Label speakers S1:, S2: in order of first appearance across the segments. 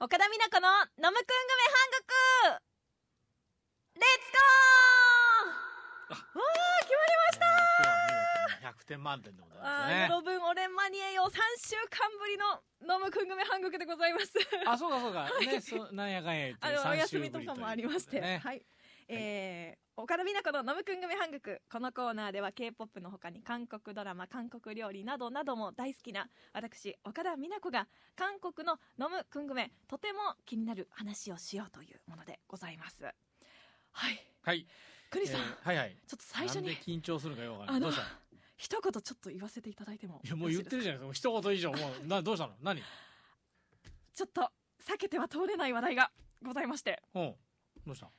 S1: 岡田美奈子の飲むくん組半額レッツゴーわあ決まりました
S2: 今日は見事に100点満点でございます
S1: あ
S2: ね
S1: ーロブンオレンマニエよ3週間ぶりの飲むくん組半額でございます
S2: あそうかそうか、ねそうなんやかんや言って
S1: あのお
S2: 3
S1: 休
S2: 週ぶり
S1: みとかもありまして、
S2: ということでね
S1: はい。えー岡田美奈子ののむくん組半額このコーナーでは K-POP の他に韓国ドラマ韓国料理などなども大好きな私岡田美奈子が韓国ののむくん組とても気になる話をしようというものでございますはい
S2: はい、
S1: ク
S2: え
S1: リ
S2: ー
S1: さん、ちょ
S2: はいはい
S1: っと最初
S2: なん
S1: に
S2: で緊張するかようがな
S1: あ
S2: い
S1: の
S2: どうしたの
S1: 一言ちょっと言わせていただいても
S2: いやもう言ってるじ
S1: ゃん
S2: ゃないですかもう 一言以上もうなどうしたの何
S1: ちょっと避けては通れない話題がございまして
S2: うんどうした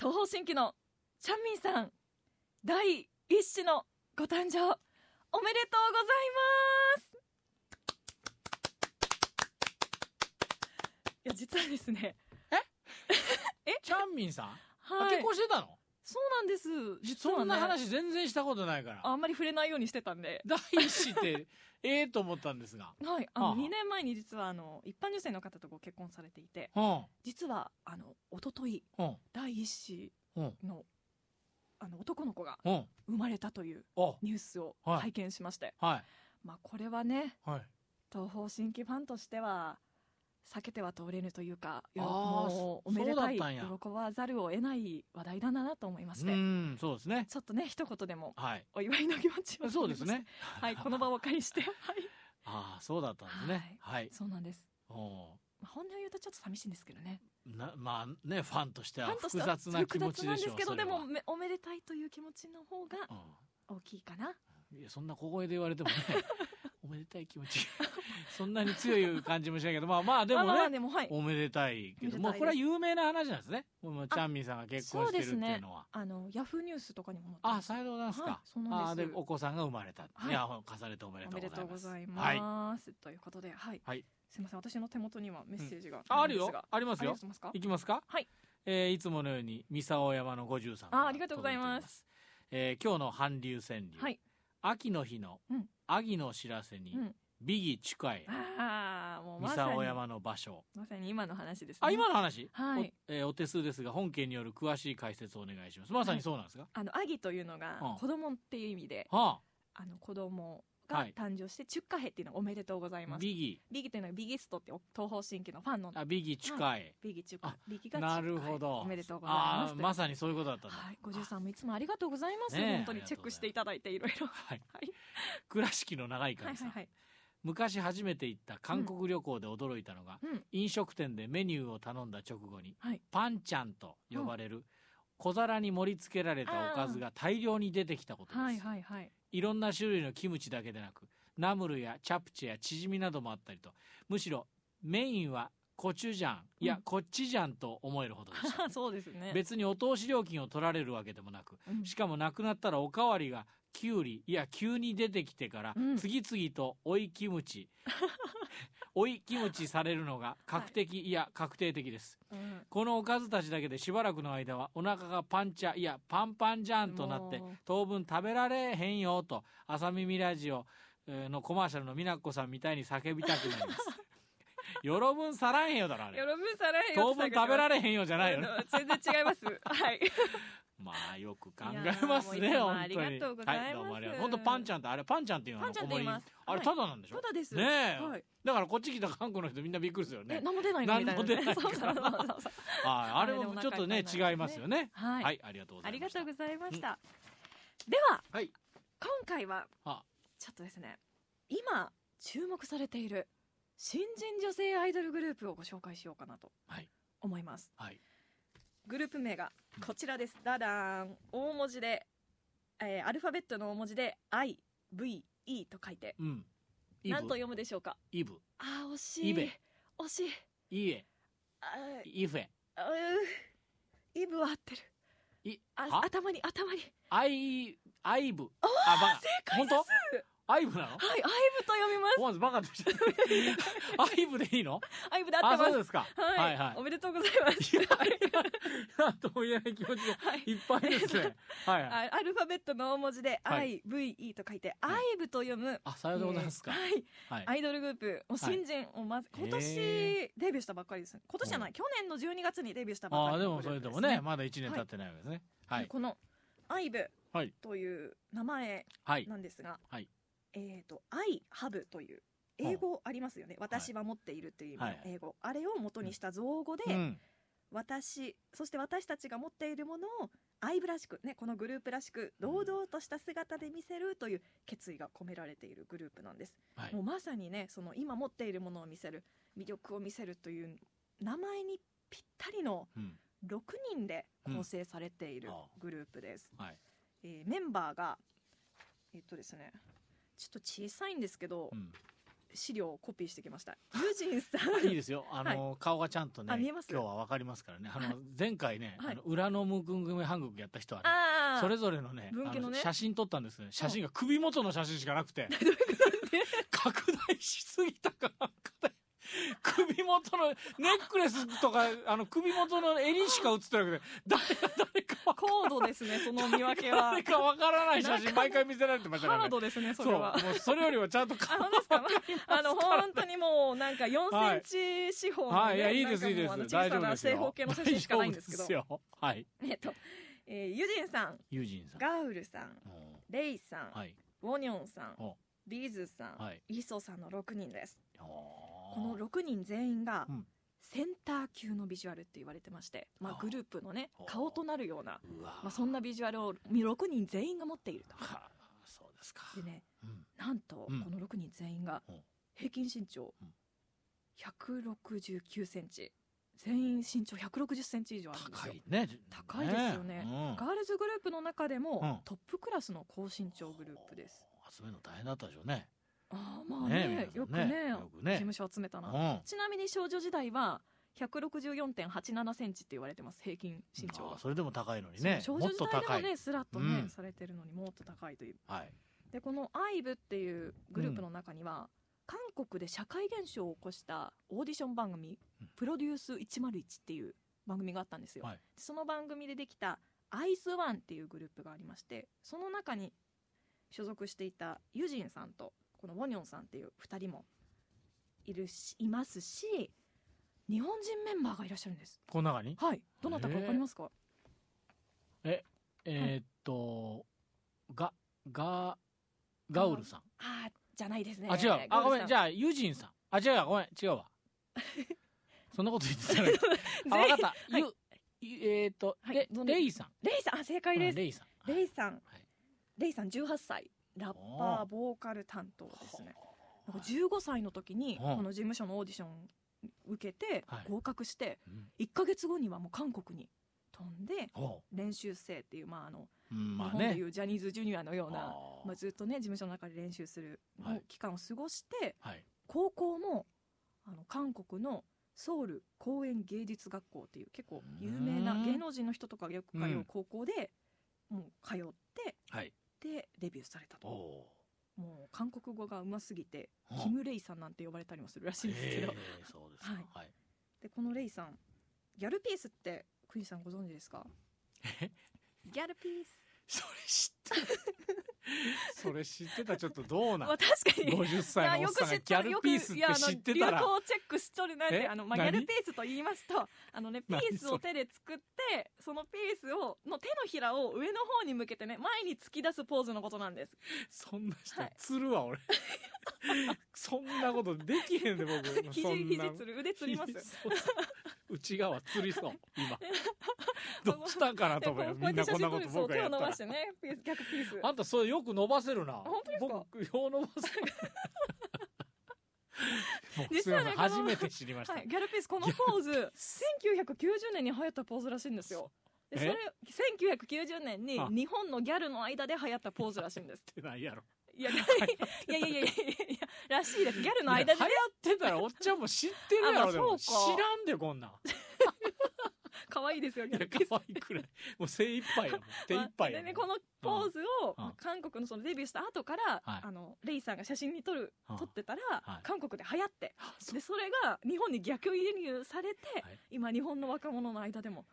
S1: 東方神起のチャンミンさん第一子のご誕生おめでとうございますいや実はですね
S2: チャンミンさん、あ
S1: はい
S2: 結婚してたの
S1: そうなんです実は、ね、
S2: そんな話全然したことないから
S1: あんまり触れないようにしてたんで
S2: 第一子って、ええと思ったんですが。
S1: はいあ
S2: はあは
S1: の
S2: あ
S1: 2年前に実はあの一般女性の方とご結婚されていて
S2: うん。
S1: 実はあの一昨日
S2: うん。
S1: 第一子
S2: うん。
S1: のあの男の子が
S2: うん。
S1: 生まれたという
S2: あ、
S1: ニュースを
S2: はい
S1: 拝見しまして、
S2: はい。
S1: まあこれはね
S2: はい。
S1: 東方神起ファンとしては避けては通れぬというかよ
S2: あー
S1: もうおめでたい
S2: そうだったんや
S1: 喜ばざるを得ない話題だなと思いまし
S2: う
S1: て
S2: ん、そうですね。
S1: ちょっとね一言でも
S2: はい。
S1: お祝いの気持ちを
S2: そうですね。
S1: はいこの場をお借 りしてはい
S2: ああ、そうだったんですね。はい。
S1: そうなんです、
S2: お
S1: まあ、本音を言うとちょっと寂しいんですけどね
S2: なまあね、ファンとして
S1: フ
S2: は
S1: ァンとして
S2: 複
S1: は
S2: 雑な気持
S1: 複雑
S2: ち
S1: な
S2: で
S1: ん
S2: し
S1: で
S2: ょ
S1: す
S2: う。
S1: けど
S2: それ
S1: で
S2: は
S1: もめおめでたいという気持ちの方が大きいかな
S2: うん。いや、そんな小声で言われてもね、 おめでたい気持ち。 そんなに強い感じもしないけど、まあまあ、で
S1: まあまあま
S2: も
S1: あ
S2: ね、
S1: でもはい
S2: おめでたいけど、
S1: お
S2: も
S1: めでたいです
S2: うこれは有名な話なんですね。もう、チャンミンさんが結婚してるっていうのは。
S1: あのヤフーニュースとかにも載って
S2: あ、
S1: ます
S2: さようでございますか。
S1: はいそうなんです
S2: あで、お子さんが生まれた。
S1: はい
S2: い、や、重ねておめで
S1: お
S2: とうござ
S1: め
S2: い
S1: で
S2: ます。
S1: とうござい
S2: はい。
S1: ます、ということではい、
S2: はい
S1: すいません私の手元にはメッセージが
S2: あ
S1: あ
S2: あ
S1: る
S2: る
S1: んです
S2: よ
S1: が、。
S2: あります
S1: ありがとうご。ざ
S2: よ
S1: いますか
S2: いきますか。
S1: はい。
S2: えーいつものように、三沢山の五十三。
S1: あありがとうございます
S2: す。えー今日の韓流川柳。
S1: はい
S2: 秋の日の
S1: うん、
S2: 秋の知らせに
S1: うん、
S2: 美義地下へ、
S1: ああもう
S2: 三
S1: まさに
S2: 沢山の場所。
S1: まさに今の話ですね
S2: あ、今の話
S1: はい
S2: おえーお手数ですが、本件による詳しい解説をお願いします。まさにそうなんですか
S1: あのアギというの
S2: う
S1: が
S2: ん
S1: 子供っていう意味で、
S2: は
S1: あの子供が
S2: はい
S1: 誕生してチュッカヘっていうのがおめでとうござい
S2: あ、
S1: ます、
S2: 美義、
S1: ビギというのはビギストって東方神起のファンの
S2: あ美義地下へ。
S1: ビギチュッカ
S2: あ
S1: ビギがチュッカ
S2: な
S1: ヘ
S2: るほど。
S1: おめでとうござい
S2: あ
S1: ま
S2: あ
S1: す
S2: ー、まさにそういうことだったんだ。
S1: はい、53もいつもありがとうございます、
S2: ねえ
S1: 本当にチェックしていただいていろいろは
S2: はい。
S1: い
S2: 倉敷の長い
S1: はい
S2: 神さ
S1: はい
S2: ん、
S1: はい
S2: 昔初めて行った韓国旅行で驚いたのが、
S1: うん
S2: 飲食店でメニューを頼んだ直後に
S1: はい
S2: パンちゃんと呼ばれる小皿に盛り付けられたおかずが大量に出てきたことです、
S1: はい
S2: い
S1: はい はい
S2: ろんな種類のキムチだけでなくナムルやチャプチェやチヂミなどもあったりとむしろメインはコチュジャンいや、
S1: うん
S2: コッチジャンと思えるほどでした
S1: そうです ね
S2: 別にお通し料金を取られるわけでもなく
S1: うん
S2: しかもなくなったらおかわりがきゅうりいや急に出てきてから
S1: うん
S2: 次々と追いキ ムチ、追いキムチされるのが確定、い、や確定的です
S1: うん
S2: このおかずたちだけでしばらくの間はお腹がパンチャいやパンパンじゃんとなって
S1: もう
S2: 当分食べられへんよと朝耳ラジオえーのコマーシャルの美奈子さんみたいに叫びたくなります よろぶんさらへんよだろあ
S1: よ
S2: れ
S1: ろぶさらへんよ
S2: 当分食べら
S1: れ
S2: れへんよじゃないよね
S1: 全然違いますはい
S2: まあよく考えます
S1: い
S2: ね、
S1: やーもういつもありが
S2: 本当に。
S1: とうございます
S2: はどうもありがとう本当パンちゃん ってあれパンちゃんっていうの
S1: パンちゃんって言います
S2: 子守あれ
S1: はい
S2: ただなんでしょ。
S1: ただです
S2: ねえ、
S1: はい
S2: だからこっち来た韓国の人みんなびっくりするよ
S1: え
S2: ね。
S1: 何も出ないのみたいなね
S2: 何も出ない
S1: そうそう そうそう
S2: はい、あれ
S1: あれでお
S2: も
S1: 腹
S2: ちょっと
S1: い
S2: ね
S1: っぱいになる
S2: 違いますよね。
S1: は
S2: はい、
S1: い、
S2: ありがとうござ
S1: あ
S2: い
S1: り
S2: ま
S1: が
S2: し
S1: と
S2: た。
S1: う
S2: が
S1: ご
S2: とう
S1: ざいました、では
S2: はい。
S1: 今回は
S2: あ、
S1: ちょっとですね今注目されている新人女性アイドルグループをご紹介しようかなと
S2: はい
S1: 思います
S2: はい。
S1: グループ名がこちらですダダーン大文字で、えーアルファベットの大文字で IVE と書いて
S2: うん。イ
S1: 何と
S2: ブ、
S1: 読むでしょうか
S2: イブ、
S1: あー惜しい
S2: イベ
S1: 惜しい
S2: イエ、
S1: あー
S2: イフェ、
S1: あーイブは合ってる
S2: イ、
S1: あ
S2: は、
S1: 頭に頭に
S2: アイ、アイブ。あ、ば、
S1: 正解です
S2: 本当？アイブなの
S1: はい、アイブと読みます。
S2: 思わずバカとしちゃった。アイブでいいの
S1: アイブで合
S2: あ、
S1: ってま
S2: そう
S1: す。
S2: ですか。
S1: は、
S2: はいいはい
S1: お。めでとうございます。
S2: なんとも言えない気持ちが
S1: はい
S2: いっぱいですね。はいはい。
S1: あアルファベットの大文字で、
S2: は
S1: IVE と書いて、
S2: は
S1: ア
S2: い
S1: イブと読む、
S2: あ、さようでございますか
S1: え。ーはい、
S2: は
S1: ア
S2: い。
S1: イドルグループ、お新人をまず、今年
S2: へ
S1: デビューしたばっかりです。今年じゃない、去年の12月にデビューしたばっ
S2: あ
S1: か
S2: あ、
S1: り
S2: で
S1: の
S2: も
S1: グ
S2: そ
S1: ル
S2: れ
S1: ープ
S2: で
S1: です
S2: も
S1: ね。
S2: ね、まだ一年経ってないわけですね。はい。
S1: このアイブ
S2: はい
S1: という名前
S2: はい。
S1: なんですが、
S2: はい
S1: えっ、と、アイハブという英語ありますよね。私は持っているという意味の英語、あれを元にした造語で、
S2: うん。
S1: 私そして私たちが持っているものをアイブらしくねこのグループらしく堂々とした姿で見せるという決意が込められているグループなんです、
S2: はい
S1: もうまさにねその今持っているものを見せる魅力を見せるという名前にぴったりの
S2: うん。
S1: 6人で構成されている
S2: うんああ
S1: グループです、
S2: はい。
S1: えーメンバーがえっとですねちょっと小さいんですけど、
S2: うん。
S1: 資料をコピーしてきましたユジンさん
S2: いいですよ。あの、顔がちゃんとね、
S1: あ見え
S2: 今
S1: ます
S2: 日はわかりますからね。あの、前回ね、
S1: はい
S2: あの裏のムクングメハングクやった人はね、
S1: ああ
S2: それぞれのね、
S1: 分家のね
S2: あの写真撮ったんですけど写真が首元の写真しかなくて。 拡大しすぎたかなんかで。首元のネックレスとか、あの、首元の襟しか写ってなくて、誰が誰かわ
S1: 高度ですねその見分け は
S2: 誰かわからない写真毎回見せられてましたか
S1: ハ
S2: ら
S1: ー
S2: ね。
S1: ドですね、そ
S2: そう、
S1: れは。
S2: もうそれよりはちゃんと
S1: あ、本当ですか、ま あ、あの、本当にもう、なんか
S2: は
S1: 4
S2: い
S1: センチ四方のね、
S2: はい、いや、いいです、
S1: ないん
S2: い
S1: か
S2: で
S1: もうあの
S2: す。大丈夫です
S1: 小さな正
S2: よ。
S1: 方形の写真しかないんですけど。
S2: 大丈夫ですよはい。
S1: えっと、えーユジンさん、
S2: ユージンさん。
S1: ガウルさん、
S2: うん
S1: レイさん、
S2: はい。
S1: ウォニョンさん
S2: お、
S1: リーズさん、
S2: はい。
S1: イソさんの6人です。
S2: こ
S1: この6人全員が
S2: うん、
S1: センター級のビジュアルって言われてまして、まあ
S2: あ、
S1: グループのね
S2: ほう、
S1: 顔となるような、
S2: うわ
S1: まあ、そんなビジュアルを6人全員が持っていると。
S2: はあそうですか。
S1: でね、
S2: うん
S1: なんと、
S2: うん
S1: この6人全員が
S2: うん
S1: 平均身長
S2: うん
S1: 169センチ全員身長160センチ以上あるんです
S2: 高
S1: よ
S2: いね。
S1: 高いですよね
S2: うん
S1: ガールズグループの中でも、
S2: うん
S1: トップクラスの高身長グループです。
S2: 集めるの大変だったでしょうね。
S1: ああまあね
S2: ねえ
S1: よく
S2: 皆
S1: ね
S2: さんねよくね
S1: 事務所集めた
S2: う
S1: な、
S2: ん。
S1: ちなみに少女時代は164.87センチって言われてます平均身長
S2: あ
S1: が
S2: ー、それでも高いのにね。
S1: そう
S2: も
S1: 少
S2: っ
S1: 女
S2: と
S1: 時代でも
S2: 高い。
S1: ねスラッとね、
S2: うん
S1: されてるのにもっと高いという
S2: はい。
S1: でこの IVE っていうグループの中には、韓国で社会現象を起こしたオーディション番組
S2: うん
S1: 「プロデュース101」っていう番組があったんですよ、
S2: はい
S1: その番組でできたアイスワンっていうグループがありましてその中に所属していたユジンさんとこのウォニョンさんっていう2人もいるしいますし日本人メンバーがいらっしゃるんです
S2: この中に
S1: はいどなたかわかりますか、
S2: えーっと、が、が、ガウルさん。
S1: あーじゃないですね
S2: あ、違う。あ、ごめん。じ
S1: ゃ
S2: ゃあ、ユージンさん。あ、違うわ。ごめん。違う わ。そんなこと言ってたらいい。あ、わかった。
S1: はい
S2: ゆ、ゆえーっと、
S1: はい
S2: レ
S1: どんな
S2: レイさん。
S1: レイさんあ正解
S2: う
S1: で
S2: ん
S1: す
S2: レイさん。
S1: レイさん、
S2: い
S1: レイさん18歳ラッパーボーカル担当ですねなんか15歳の時に
S2: うん
S1: この事務所のオーディション受けて
S2: はい
S1: 合格して
S2: うん
S1: 1ヶ月後にはもう韓国に飛んで
S2: ほ
S1: 練習生っていう、まあ、あの
S2: ううん
S1: 日
S2: まあ
S1: 本で
S2: ね
S1: い。うジャニーズジュニアのような
S2: あー
S1: まあ、ずっとね事務所の中で練習する
S2: はい
S1: 期間を過ごして
S2: はい。
S1: 高校もあの韓国のソウル公園芸術学校っていう結構有名
S2: う
S1: なん芸能人の人とかがよく通
S2: う
S1: うん高校でもう通って
S2: はい。
S1: でデビューされた
S2: お
S1: と
S2: お
S1: もう韓国語がうますぎて
S2: うん
S1: キム・レイさんなんて呼ばれたりもするらし
S2: ー。
S1: いんですけど、
S2: えーそうですか
S1: はい。
S2: はい。
S1: でこのレイさんギャルピースってクイーンさんご存知ですか
S2: え
S1: ギャルピース
S2: それ知ってるそれ知ってたらちょっとどう
S1: ま
S2: なん
S1: あ確かに
S2: 50
S1: いや
S2: 歳のおっさんがギャルピースっ
S1: いやあ
S2: て
S1: の
S2: 知ってたら
S1: 流行チェックしとるなんて
S2: え
S1: あの、まあ、ギャ
S2: 何
S1: ルピースと言いますとあのねピ
S2: 何
S1: ース
S2: そ
S1: を
S2: れ
S1: 手で作ってそのピースをの手のひらを上の方に向けてね前に突き出すポーズのことなんです
S2: そんな人
S1: はい
S2: 釣 るわ俺そんなことできへんで 僕
S1: 肘
S2: そん
S1: 肘
S2: な
S1: つる腕つります
S2: そうそう内側釣りそう今 どうしたんかな
S1: で
S2: と
S1: こ
S2: 思うよ
S1: うこうや
S2: み
S1: っ
S2: ん
S1: て
S2: な
S1: 写
S2: こん
S1: 真
S2: な
S1: 撮るそう
S2: こと僕が
S1: 手を伸
S2: やった
S1: ば
S2: ら
S1: してねピース逆ピース
S2: あんたそれよく伸ばせるな
S1: 本当ですか
S2: 僕よう 伸ばせるもうす
S1: 実
S2: いま
S1: は
S2: せ
S1: ね
S2: ん
S1: この
S2: 初めて知りました、
S1: はい、ギャルピースこのポーズ1990年に流行ったポーズらしいんですよでそれ1990年に
S2: あ
S1: 日本のギャルの間で流行ったポーズらしいんです
S2: ってないやろ
S1: いやいやいやいやいやいやらしいですギャルの間で
S2: いや流行ってたらおっちゃんも知ってるやろで
S1: あまあ
S2: も知
S1: そうから
S2: んでこんなん
S1: 可愛いですよ
S2: いや
S1: ね。
S2: 可愛いくらいもう精一杯やもん手一杯
S1: まあ
S2: やもん
S1: でね、このポーズを、
S2: うん
S1: まあ韓国のそのデビューした後から、
S2: はい
S1: あのレイさんが写真に撮る、
S2: うん
S1: 撮ってたら、
S2: はい
S1: 韓国で流行って
S2: あそう
S1: でそれが日本に逆輸入されて、
S2: はい
S1: 今日本の若者の間でも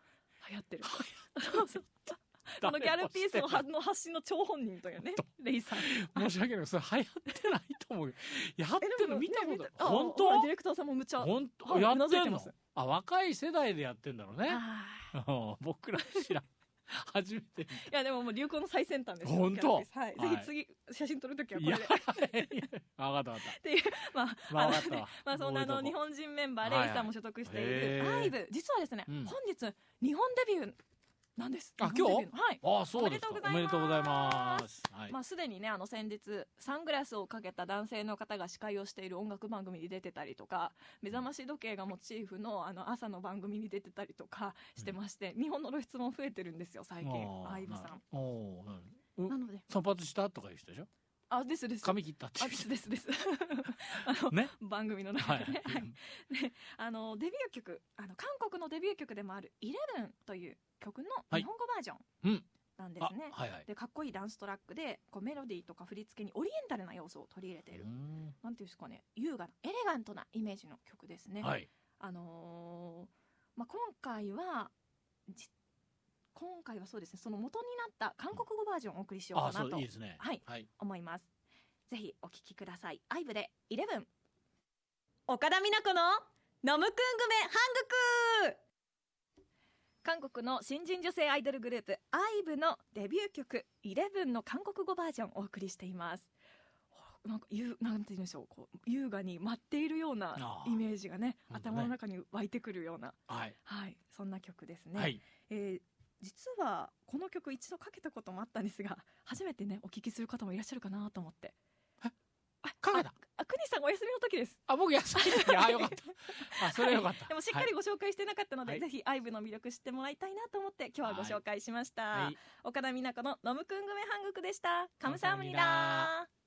S1: 流行ってるそうそう この
S2: 誰も
S1: ギャルピースの
S2: してな
S1: は
S2: い
S1: の発信の張本人というねレイさん
S2: 申し訳ないそれ流行ってない と思うよやってるの見たことない
S1: あ
S2: 本
S1: ほら
S2: 当
S1: ディレクターさんもむちゃ
S2: 本
S1: は
S2: 当
S1: い
S2: や
S1: うなずい
S2: って
S1: て
S2: ん
S1: ま
S2: の
S1: す
S2: あ若い世代でやってんだろうね
S1: あ
S2: うん僕ら知らん初めて
S1: ーいやでももう流行の最先端です
S2: ほんと
S1: ギャルピースはい、ぜひ次写真撮るときはこ
S2: い
S1: れ
S2: や
S1: で
S2: いやいや わかったわかっ
S1: っていう まあ
S2: たまあわかったわ
S1: まあ、そんなあの
S2: 覚え
S1: 日
S2: とこ
S1: 本人メンバー、
S2: はいはい
S1: レイさんも所属してい
S2: へ
S1: る
S2: ー
S1: ライブ、実はですね、
S2: うん
S1: 本日、日本デビューなんです。
S2: あ
S1: 日本デビューのはい。
S2: うあそうですかお
S1: お
S2: め
S1: め
S2: で
S1: で
S2: と
S1: と
S2: う
S1: う
S2: ご
S1: ござい
S2: ざいま
S1: ます
S2: はい
S1: まあ、すでにね、あの、先日、サングラスをかけた男性の方が司会をしている音楽番組に出てたりとか、目覚まし時計がモチーフの、あの、朝の番組に出てたりとかしてまして、日本の露出も増えてるんですよ、最近、
S2: あー
S1: アイブさ
S2: なる
S1: ん。
S2: ほどおーなるほどう
S1: なので、
S2: 散髪したとかいう人でしょ
S1: あ、ですです。
S2: 髪切ったってい
S1: あ、
S2: う
S1: で
S2: 人
S1: すですです。 あの、
S2: ね
S1: 番組の中
S2: はい
S1: でね。 はいあのデビュー曲あの韓国のデビュー曲でもある「イレブンという曲の
S2: はい
S1: 日本語バージョ
S2: う
S1: ン
S2: ん
S1: なんで
S2: あ
S1: すね、
S2: はいはい
S1: でかっこいいダンストラックでこうメロディーとか振り付けにオリエンタルな要素を取り入れている、
S2: うん
S1: なんていうんですかね優雅なエレガントなイメージの曲ですね、
S2: はい
S1: あのーまあ、今回はじ今回はそうですねその元になった韓国語バージョンをお送りしよう
S2: あ
S1: か
S2: そ
S1: な
S2: う
S1: と
S2: いいですね
S1: はい
S2: はい
S1: 思いますぜひお聞きくださいアイブでイレブン岡田美奈子のノムクングメハングク韓国の新人女性アイドルグループアイブのデビュー曲「イレブンの韓国語バージョンをお送りしていますほなんかゆなんて言うんでしょうこう優雅に待っているような
S2: あー
S1: イメージがね
S2: ほんとね
S1: 頭の中に湧いてくるような、
S2: はい
S1: はい、そんな曲ですね、
S2: はい
S1: えー実はこの曲一度かけたこともあったんですが 初めてねお聞きする方もいらっしゃるかなと思って
S2: え
S1: あ
S2: かけた
S1: ああ国さんがお休みの時です
S2: あ僕休みの時あよかったあそれよかった
S1: でもしっかりご紹介してなかったので、
S2: はい
S1: ぜひアイブの魅力知ってもらいたいなと思って今日はご紹介しました、
S2: はいはい
S1: 岡田美奈子の「ノムくん組ハングク」でしたカムサハムニ
S2: カムサハム
S1: ダ
S2: ニ
S1: ー